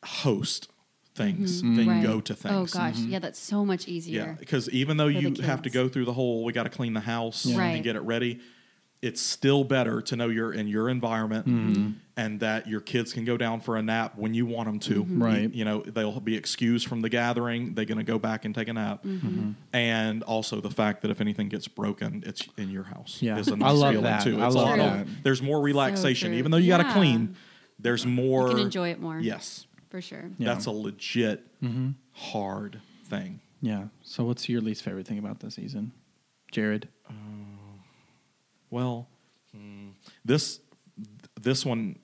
host things
Mm-hmm.
than
Right.
go to things. Mm-hmm.
Oh gosh, yeah, that's so much
yeah,
easier.
because even though
For the
you have to
kids.
go through the whole, we got to clean the house
Yeah.
and
Right.
get it ready. it's still better to know you're in your environment
Mm-hmm.
and that your kids can go down for a nap when you want them to.
Mm-hmm.
You,
Right.
you know, they'll be excused from the gathering. They're going to go back and take a nap.
Mm-hmm.
Mm-hmm.
And also the fact that if anything gets broken, it's in your house.
Yeah.
Is a
I
nice
love
feeling
that.
too.
I
It's a
love
lot
that.
of, there's more relaxation.
true.
Even though you got
Yeah.
to clean, there's more.
enjoy it more.
Yes.
for sure.
Yeah. Mm-hmm.
That's a legit hard thing.
Yeah. So what's your least favorite thing about the season, Jared?
Well, this this one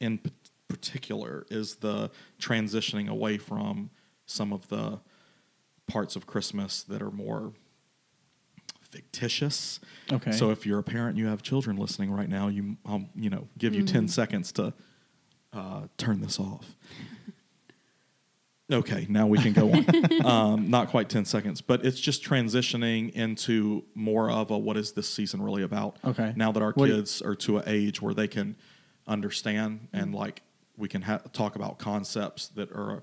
in p- particular is the transitioning away from some of the parts of Christmas that are more fictitious.
Okay.
So if you're a parent, you have children listening right now. You um, you know give you ten seconds to uh, turn this off. Okay, now we can go on. um, not quite 10 seconds, but it's just transitioning into more of a what is this season really about?
Okay.
Now that our
What do you-
kids are to an age where they can understand and like we can ha- talk about concepts that are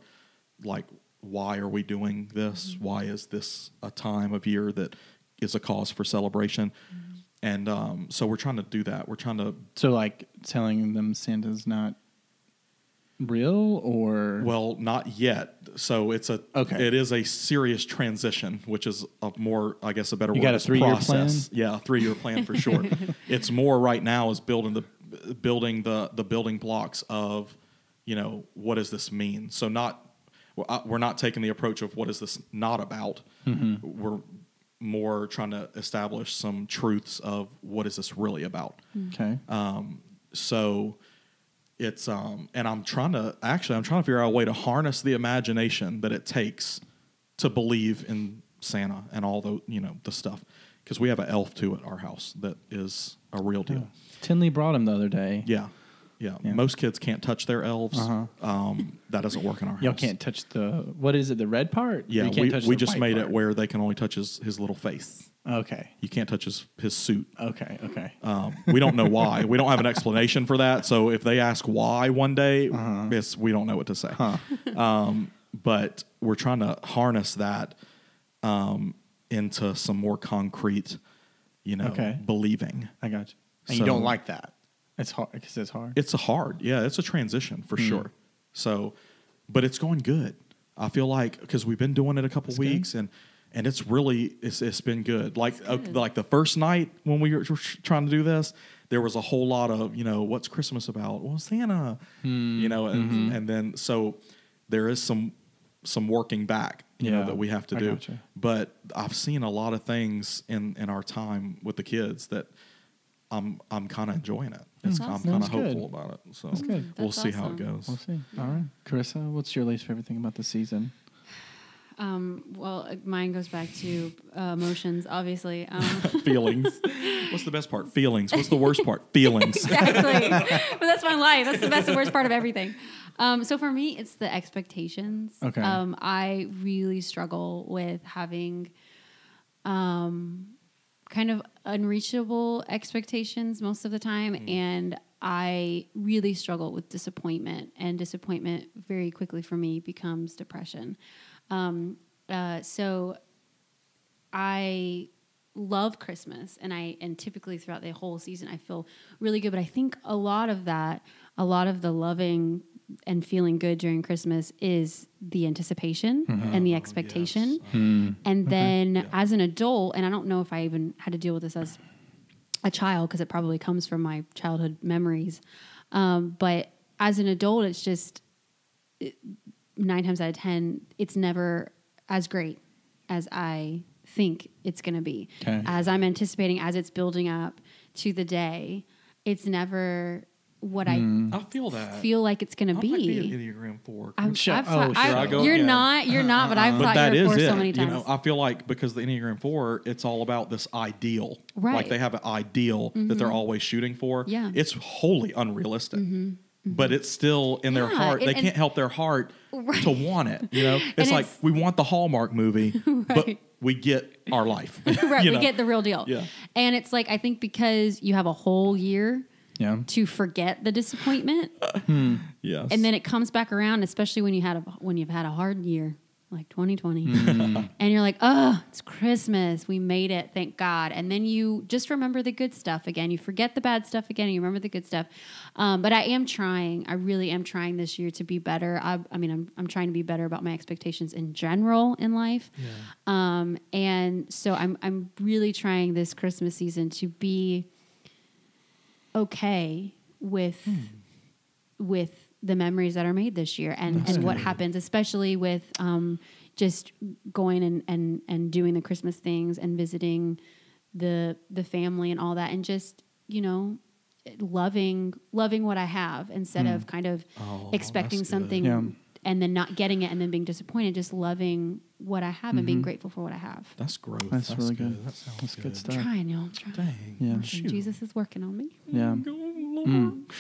like, why are we doing this?
Mm-hmm.
Why is this a time of year that is a cause for celebration?
Mm-hmm.
And um, so we're trying to do that. We're trying to
So like telling them Santa's not real, or
Well, not yet. So it's a
Okay.
It is a serious transition, which is a more, I guess, a better
You
word.
got a
is
three-year
process. Yeah, three year plan for sure. it's more right now is building the building the the building blocks of, you know, what does this mean? So not we're- uh, we're not taking the approach of what is this not about.
Mm-hmm.
We're more trying to establish some truths of what is this really about
okay,
um, so it's um and i'm trying to actually i'm trying to figure out a way to harness the imagination that it takes to believe in santa and all the you know the stuff because we have an elf too at our house that is a real deal
Tinley brought him the other day.
yeah yeah,
Oh. Yeah.
most kids can't touch their elves
Uh-huh.
um, that doesn't work in our
Y'all
house
can't touch the what is it? The red part?
yeah
You can't
we,
touch
we
the
just
white
made it
part.
where they can only touch his, his little face
Okay.
you can't touch his, his suit
Okay. Okay.
Um, we don't know why. we don't have an explanation for that. So if they ask why one day,
Uh-huh.
it's, we don't know what to say. Um, but we're trying to harness that um, into some more concrete, you know,
Okay.
believing.
I got you. And
so-
you don't like that. It's hard because it's hard. Hmm.
It's a hard, yeah, it's a transition for sure. So, but it's going good. I feel like because we've been doing it a couple
That's good.
weeks and. And it's really it's, it's been good. Like
That's
uh,
good.
like the first night when we were tr- trying to do this, there was a whole lot of you know what's Christmas about? Well, Santa,
Hmm.
you know, and,
Mm-hmm.
and then so there is some some working back, you know,
Yeah,
that we have to
I
do
gotcha.
but I've seen a lot of things in in our time with the kids that I'm I'm kind of enjoying it. It's,
That's
I'm
awesome.
kind of
That's good.
hopeful about it. So
That's good.
we'll
That's
see how it
awesome.
goes.
We'll see. All right, Carissa, what's your least favorite thing about the season?
Um, well, uh, mine goes back to uh, emotions, obviously. Um,
Feelings. What's the best part? Feelings. What's the worst part? Feelings.
exactly. but that's my life. That's the best and worst part of everything. Um, so for me, it's the expectations.
Okay.
Um, I really struggle with having um, kind of unreachable expectations most of the time. And I really struggle with disappointment. And disappointment very quickly for me becomes depression. Um, uh, so I love Christmas and I and typically throughout the whole season I feel really good but I think a lot of that a lot of the loving and feeling good during Christmas is the anticipation and the expectation and then as an adult and I don't know if I even had to deal with this as a child because it probably comes from my childhood memories um, but as an adult it's just nine times out of ten, it's never as great as I think it's going to be.
'Kay.
As I'm anticipating, as it's building up to the day, it's never what
I feel
I
that.
feel like it's going to
I might be an
be.
Enneagram four.
I'm,
Sure.
I've
Oh,
thought-
sure,
I-
I
go-
you're
yeah.
not. You're not. But I've
but
thought
that
you
is
were four
it.
so many
You
times.
know, I feel like because the Enneagram Four, it's all about this ideal. Like
Right. Mm-hmm.
they have an ideal that they're always shooting for.
Yeah. Mm-hmm.
It's wholly unrealistic. But it's still in their
Yeah,
heart.
it-
they
and-
can't help their heart
Right.
to want it. You know, it's like
it's-
we want the Hallmark movie, but
Right.
we get our life.
right.
You
We
know?
get the real deal.
Yeah.
And it's like I think because you have a whole year
Yeah.
to forget the disappointment,
yes.
and then it comes back around, especially when you had a when you've had a hard year. like 2020. and you're like, oh, it's Christmas. We made it. Thank God. And then you just remember the good stuff again. You forget the bad stuff again. And you remember the good stuff. Um, but I am trying. I really am trying this year to be better. I, I mean, I'm, I'm trying to be better about my expectations in general in life. Um, and so I'm, I'm really trying this Christmas season to be okay with with the memories that are made this year and, and what happens, especially with um, just going and, and, and doing the Christmas things and visiting the the family and all that and just, you know, loving loving what I have instead of kind of
Oh,
expecting
that's good.
something
Yeah.
and then not getting it and then being disappointed, just loving what I have and being grateful for what I have.
That's growth.
That's, really good.
That sounds
That's good,
good.
stuff.
Trying, y'all. I'm Trying.
Dang.
Yeah.
Working.
Shoot.
Jesus is working on me.
Yeah.
Go, Lord.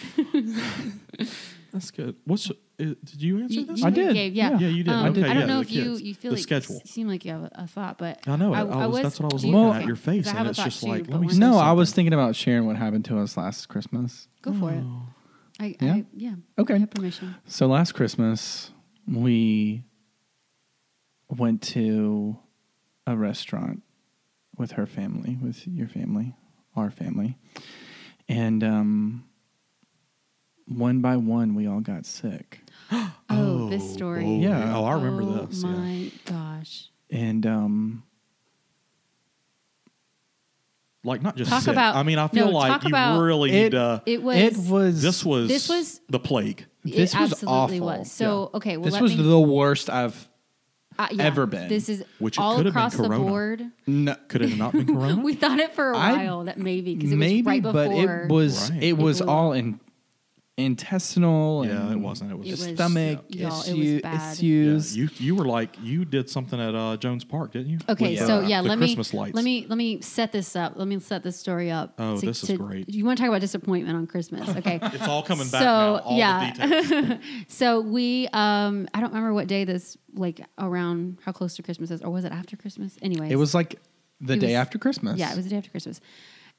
That's good. What's uh, did you answer
You-
this?
you
I did.
Gave, yeah.
Yeah, you did.
Um,
Okay,
I don't
yeah,
know
the
if you,
kids.
you feel
The
like
schedule.
s- seem like you have a, a thought, but
I know. I, I was, that's what I was looking
Well,
at your face,
Because I
and
have a
it's
thought
just
too,
like
but
let me.
when-
say
No, I was
something.
thinking about sharing what happened to us last Christmas.
Go for it.
Oh.
I,
Yeah?
I yeah.
Okay.
I have permission.
So last Christmas, we went to a restaurant with her family, with your family, our family. And um, one by one, we all got sick.
Oh, this story.
boy.
Yeah.
Oh, I remember
oh,
this.
My
Yeah.
gosh.
And um,
Like not just
Talk
sick.
about-
I mean, I feel
no,
like
talk
you
about-
really
it,
need to.
It was.
it was
uh, this was
this was-
the plague.
this
it
was
absolutely
awful.
was. So okay. Well,
this
let
was
me,
the worst I've
uh, yeah,
ever been.
This is
Which it
all
could have been
across the
corona.
board.
no,
Could it not been corona?
We thought it for a
I-
while that maybe because it
maybe,
was right before.
but it was
Right.
it
It
was
blew
all in intestinal.
yeah, it
and
wasn't. It was.
It was-
Stomach
Yeah. Y'all, it was
issue-
bad.
yeah,
issues.
you you were like you did something at uh, Jones Park, didn't you?
Okay,
With,
so
uh,
yeah,
the
let
Christmas
me
lights.
let me let me set this up. Let me set this story up.
Oh, this is great.
You want to talk about disappointment on Christmas? Okay,
It's all coming back
So,
now. All
yeah.
the details.
so we um I don't remember what day this like around how close to Christmas is, or was it after Christmas? Anyway,
It was like the
It
day
was-
after Christmas.
yeah, it was the day after Christmas,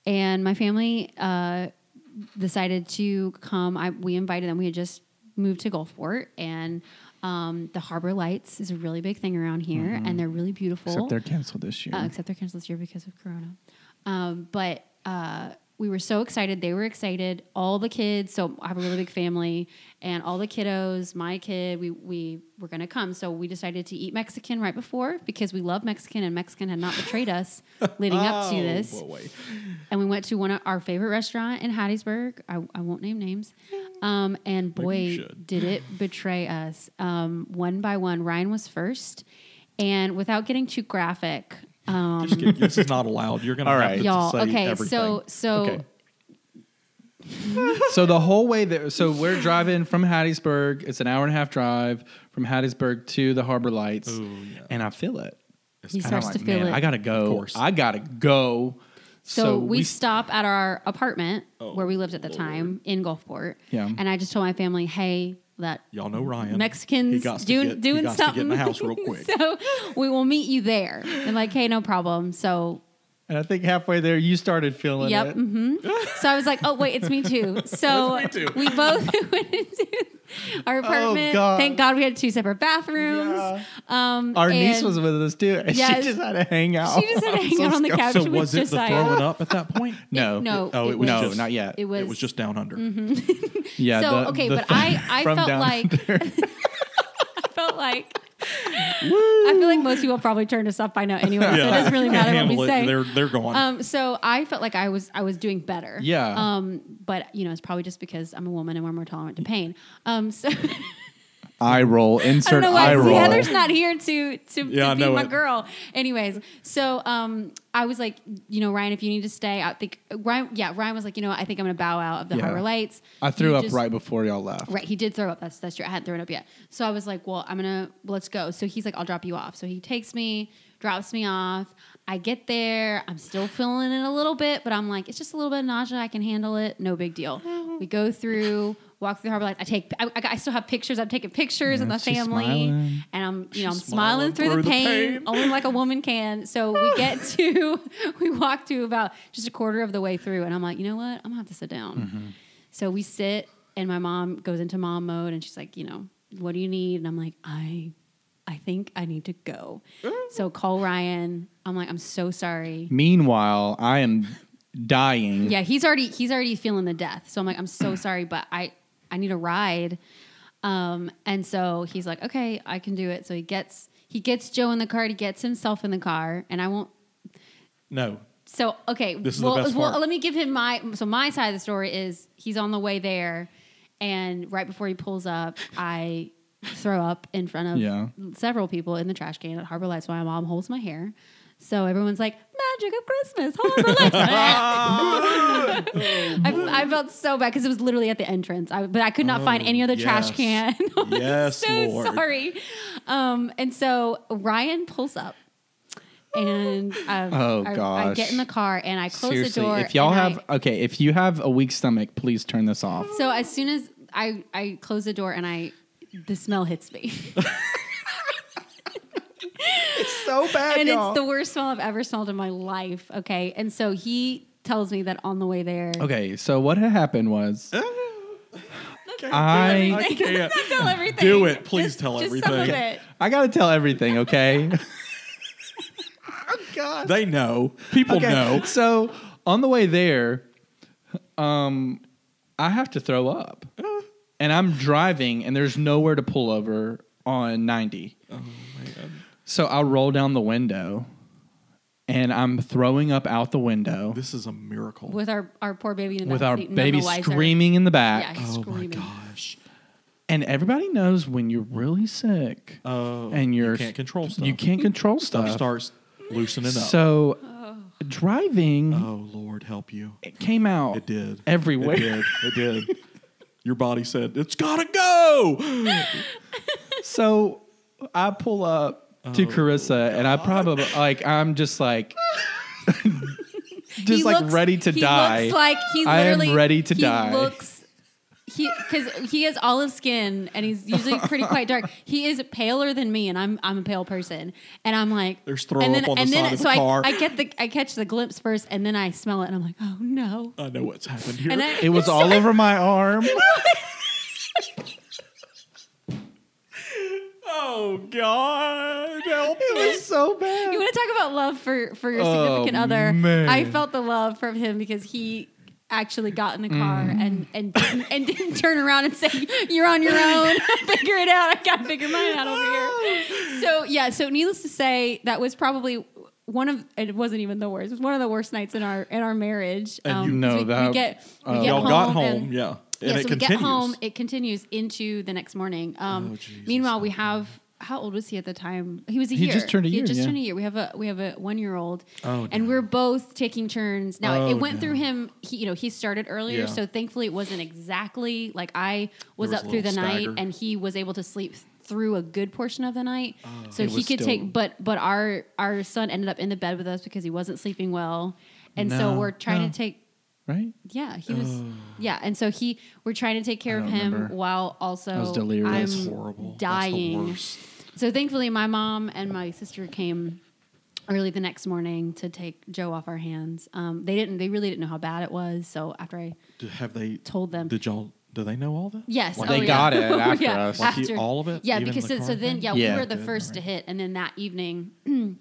and my family uh, decided to come. I, we invited them. We had just moved to Gulfport, and um, the Harbor Lights is a really big thing around here, and they're really beautiful.
Mm-hmm. Except they're canceled this year.
Uh, except they're canceled this year because of Corona. Um, but uh, we were so excited. They were excited. All the kids. So I have a really big family, and all the kiddos, my kid, we we were going to come. So we decided to eat Mexican right before because we love Mexican, and Mexican had not betrayed us leading up to
Oh,
this
boy, wait.
and we went to one of our favorite restaurant in Hattiesburg. I, I won't name names. Um,
Maybe
and
you
boy,
should.
did it betray us. Um, one by one, Ryan was first. And without getting too graphic, um,
Just kidding. this is not allowed. You're gonna
All
have
right.
to
y'all,
say
okay,
everything.
so, so
Okay. so the whole way there, so we're driving from Hattiesburg. It's an hour and a half drive from Hattiesburg to the Harbor Lights,
Ooh, yeah.
and I feel it.
he
And I'm
starts
like,
to feel
Man,
it.
I gotta go.
Of course.
I gotta go.
So, we,
s-
stop at our apartment
Oh,
where we lived at the
Lord.
time in Gulfport.
Yeah.
And I just told my family, hey, that
Y'all know Ryan.
Mexicans
He gots to
doing
get- he
doing
gots to
something.
get in the house real quick.
so we will meet you there. And like, hey, no problem. So
and I think halfway there, you started feeling
yep.
it.
hmm So I was like, oh wait, it's me too. So
It's me too.
we both went into our apartment.
Oh, God.
Thank God we had two separate bathrooms.
Yeah.
Um,
Our niece
and
was with us too. And
Yes.
she just had to hang out.
She just had to hang
So
out on the
scared.
couch
So
with
was it the
Josiah.
throwing up at that point?
No,
No,
Oh, it was
no,
just-
not yet.
It was. Mm-hmm.
It was just down under.
yeah.
so
the-
okay,
the
but
thing
I I
from
felt
down
like
there.
I felt like. I feel like most people probably turned us off by now anyway, so it doesn't really
Can't
matter what
handle
we
it.
say.
They're they're gone.
Um, so I felt like I was I was doing better.
Yeah.
Um, but you know, it's probably just because I'm a woman and we're more tolerant to pain. Um, so I
eye roll.
don't
Insert
know
eye
why see,
roll.
Heather's not here to to,
Yeah, I
to be
know
my
it.
girl. Anyways, so um, I was like, you know, Ryan, if you need to stay, I think Ryan. Yeah, Ryan was like, you know, what, I think I'm gonna bow out of the
Yeah.
Harbor Lights.
I threw
You
up
just-
right before y'all left.
Right, he did throw up. That's that's true. I hadn't thrown up yet. So I was like, well, I'm gonna let's go. So he's like, I'll drop you off. So he takes me, drops me off. I get there. I'm still feeling it a little bit, but I'm like, it's just a little bit of nausea. I can handle it. No big deal. We go through, walk through the harbor lights. I take, I, I still have pictures. I'm taking pictures of
Yeah,
the
she's
family,
smiling.
and I'm, you know, I'm
She's smiling
smiling, through, the,
through the
pain,
pain.
only like a woman can. So we get to, we walk to about just a quarter of the way through, and I'm like, you know what? I'm gonna have to sit down. So we sit, and my mom goes into mom mode, and she's like, you know, what do you need? And I'm like, I I think I need to go. So call Ryan. I'm like, I'm so sorry.
Meanwhile, I am dying.
Yeah, he's already he's already feeling the death. So I'm like, I'm so sorry, but I I need a ride. Um, and so he's like, okay, I can do it. So he gets he gets Joe in the car. He gets himself in the car, and I won't.
No.
So okay,
This is the
well,
best
well,
part.
let me give him my. So my side of the story is he's on the way there, and right before he pulls up, I throw up in front of
Yeah.
several people in the trash can at Harbor Lights while my mom holds my hair. So everyone's like, "Magic of Christmas, Harbor Lights." I, I felt so bad because it was literally at the entrance, I, but I could not find
Oh,
any other trash
yes.
can. I'm
Yes,
so
Lord.
sorry. Um, and so Ryan pulls up, and uh,
Oh,
I, I
gosh.
get in the car and I close
Seriously,
the door.
if y'all
and
have okay, if you have a weak stomach, please turn this off.
I, so as soon as I I close the door and I the smell hits me,
So bad,
and it's the worst smell I've ever smelled in my life. Okay, and so he tells me that on the way there.
okay, so what had happened was
Everything.
I
I can't.
Let's not tell everything.
Do it. Please tell
just
everything.
Some of it.
I gotta tell everything, okay? God.
They know. People
Okay,
know.
So on the way there, um, I have to throw up,
Uh.
and I'm driving, and there's nowhere to pull over on 90. So I roll down the window, and I'm throwing up out the window
This is a miracle.
with our our poor baby in the
with
back
our
seat, none
baby
the wiser.
screaming in the
Yeah,
back.
he's
oh my
screaming.
gosh.
And everybody knows when you're really sick
Oh,
and
you
you're
can't control stuff.
You can't Uh, control stuff.
Stuff starts loosening up.
So driving
oh Lord, help you.
it came out.
It did.
everywhere.
It did. It did. Your body said, it's gotta go.
So I pull up
Oh,
to Carissa and I probably like I'm just like just
He
like
looks-
ready to
he
die.
Looks like he
I am
literally
ready to
he
die.
Looks he because he has olive skin and he's usually pretty quite dark. He is paler than me, and I'm I'm a pale person. And I'm like
There's throw
and
up on the
and
side of
so
the
I,
car.
I get the I catch the glimpse first, and then I smell it, and I'm like, oh no.
I know what's happened here.
And I,
it was all over my arm.
oh God, help
It was so bad.
You want to talk about love for for your
Oh,
significant other?
man.
I felt the love from him because he actually got in the car
Mm.
and and didn't, and didn't turn around and say you're on your own figure it out i gotta figure mine out over here so yeah so needless to say that was probably one of it wasn't even the worst it was one of the worst nights in our in our marriage Um,
And you-
'cause
No,
we,
that-
we get, we
oh.
get
Uh, Y'all
home
got home,
and-
yeah. And
yeah,
it
so
continues.
we get home. It continues into the next morning. Um,
Oh, Jesus.
meanwhile, we have how old was he at the time? He was a
He
year.
just turned a
He had
year,
just
yeah.
turned a year. We have a we have a one year old,
Oh,
and
no.
we're both taking turns. Now
Oh,
it went
no.
through him. He you know he started earlier,
Yeah.
so thankfully it wasn't exactly like I was,
There was
up
a
through the
little
night,
stagger.
and he was able to sleep through a good portion of the night,
Oh,
so
It
he
was
could
still-
take. But but our our son ended up in the bed with us because he wasn't sleeping well, and so
No,
we're trying
no.
to take
right?
yeah, he was. Yeah, and so he, we're trying to take care of
don't
him
remember.
while also
I was delirious.
I'm
That's
horrible. That's the
dying.
worst.
So thankfully, my mom and my sister came early the next morning to take Joe off our hands. Um, they didn't. They really didn't know how bad it was. So after I,
D- Have they
Told them.
Did y'all? Do they know all that?
yes,
Like,
They
oh, yeah.
got it
Oh,
after
yeah,
us.
Like, you- all of it?
Yeah,
Even
because
the
it- so
car
then
thing?
yeah,
Yeah.
we were the
Good,
first to hit, and then that evening.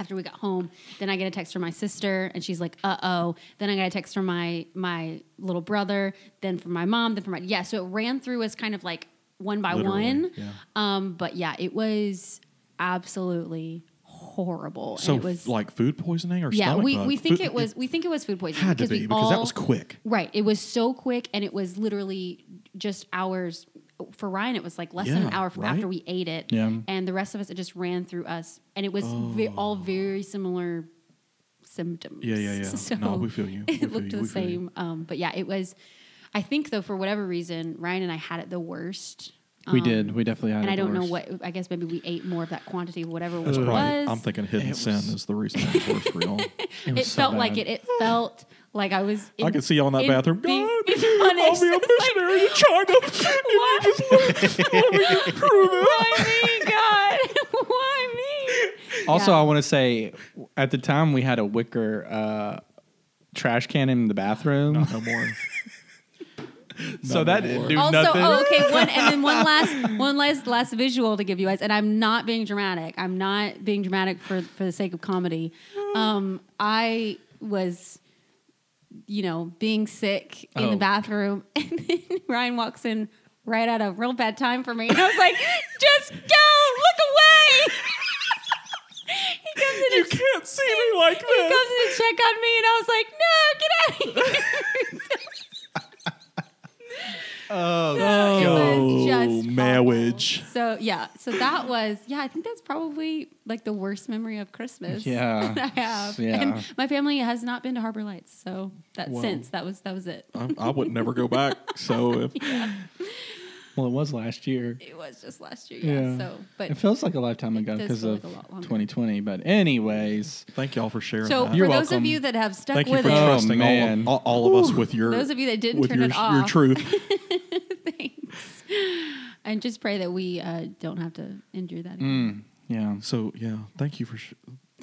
After we got home, then I get a text from my sister, and she's like, "Uh oh." Then I got a text from my my little brother, then from my mom, then from my yeah. So it ran through us kind of like one by
Literally,
one.
yeah.
Um, but yeah, it was absolutely horrible.
So
and it was
like food poisoning or
yeah.
stomach
We,
bug?
we think
Food-
it was we think it was food poisoning
had to
we
be because that
all-
was quick.
Right. It was so quick and it was literally just hours. For Ryan, it was like less than an
Yeah,
hour from
right?
after we ate it.
Yeah.
And the rest of us, it just ran through us. And it was ve- all very similar symptoms.
Oh. Yeah, yeah, yeah.
So
No, we feel you. We
It
feel
looked
you,
the
we feel you.
same. Um, but yeah, it was, I think though, for whatever reason, Ryan and I had it the worst.
we
Um,
did. We definitely had
And
it
I don't
the
know
worst.
what, I guess maybe we ate more of that quantity, whatever
That's
it
probably-
was.
I'm thinking hidden
It
sin
was-
is the reason it's worse for y'all.
It
It,
was so
felt like
bad.
it. It felt like I was.
I could see you in that
in
bathroom.
being-
God,
being
I'll
punished.
be a missionary in China.
Why Why me, God? Why me?
Also,
Yeah.
I want to say, at the time we had a wicker uh, trash can in the bathroom.
no more.
so that didn't do
also,
nothing.
oh, okay, one and then one last, one last, last visual to give you guys, and I'm not being dramatic. I'm not being dramatic for for the sake of comedy. Um, I was, you know, being sick in
Oh.
the bathroom, and then Ryan walks in right at a real bad time for me, and I was like, just go, look away. he comes in.
You
and
can't see me like
he
this.
comes in to check on me, and I was like, "No, get out of here!"
Oh,
It was just
Oh,
awful.
marriage.
So yeah, so that was yeah. I think that's probably like the worst memory of Christmas.
Yeah.
that I have.
Yeah.
And my family has not been to Harbor Lights, so that
Wow.
since that was that was it.
I, I would never go back. So if
Well, it was last year.
It was just last year. Yeah.
Yeah.
So but
It feels like a lifetime ago
does
because
feel
of
like a lot longer.
2020. But anyways,
thank y'all for sharing
so
that.
for
You're
those
welcome.
of you that have stuck
thank you
with
for
it,
Oh,
trusting
man.
all of, all, all of us with your
those of you that didn't
with
turn
your,
it off,
your truth.
thanks. And just pray that we uh, don't have to endure
Mm.
that.
Hmm, yeah,
So yeah, thank you for. Sh-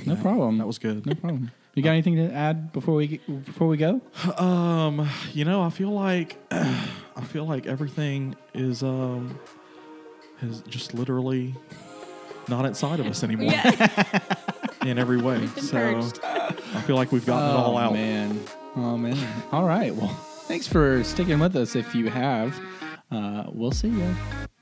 no
that-
problem.
That was good.
no problem. You
Uh,
got anything to add before we before we go?
Um, you know, I feel like I feel like everything is um is just literally not inside of us anymore
Yeah.
in every way.
been
So
purged.
I feel like we've
Oh,
gotten it all out.
man. Oh man. All right. Well, thanks for sticking with us. If you have, uh, we'll see you.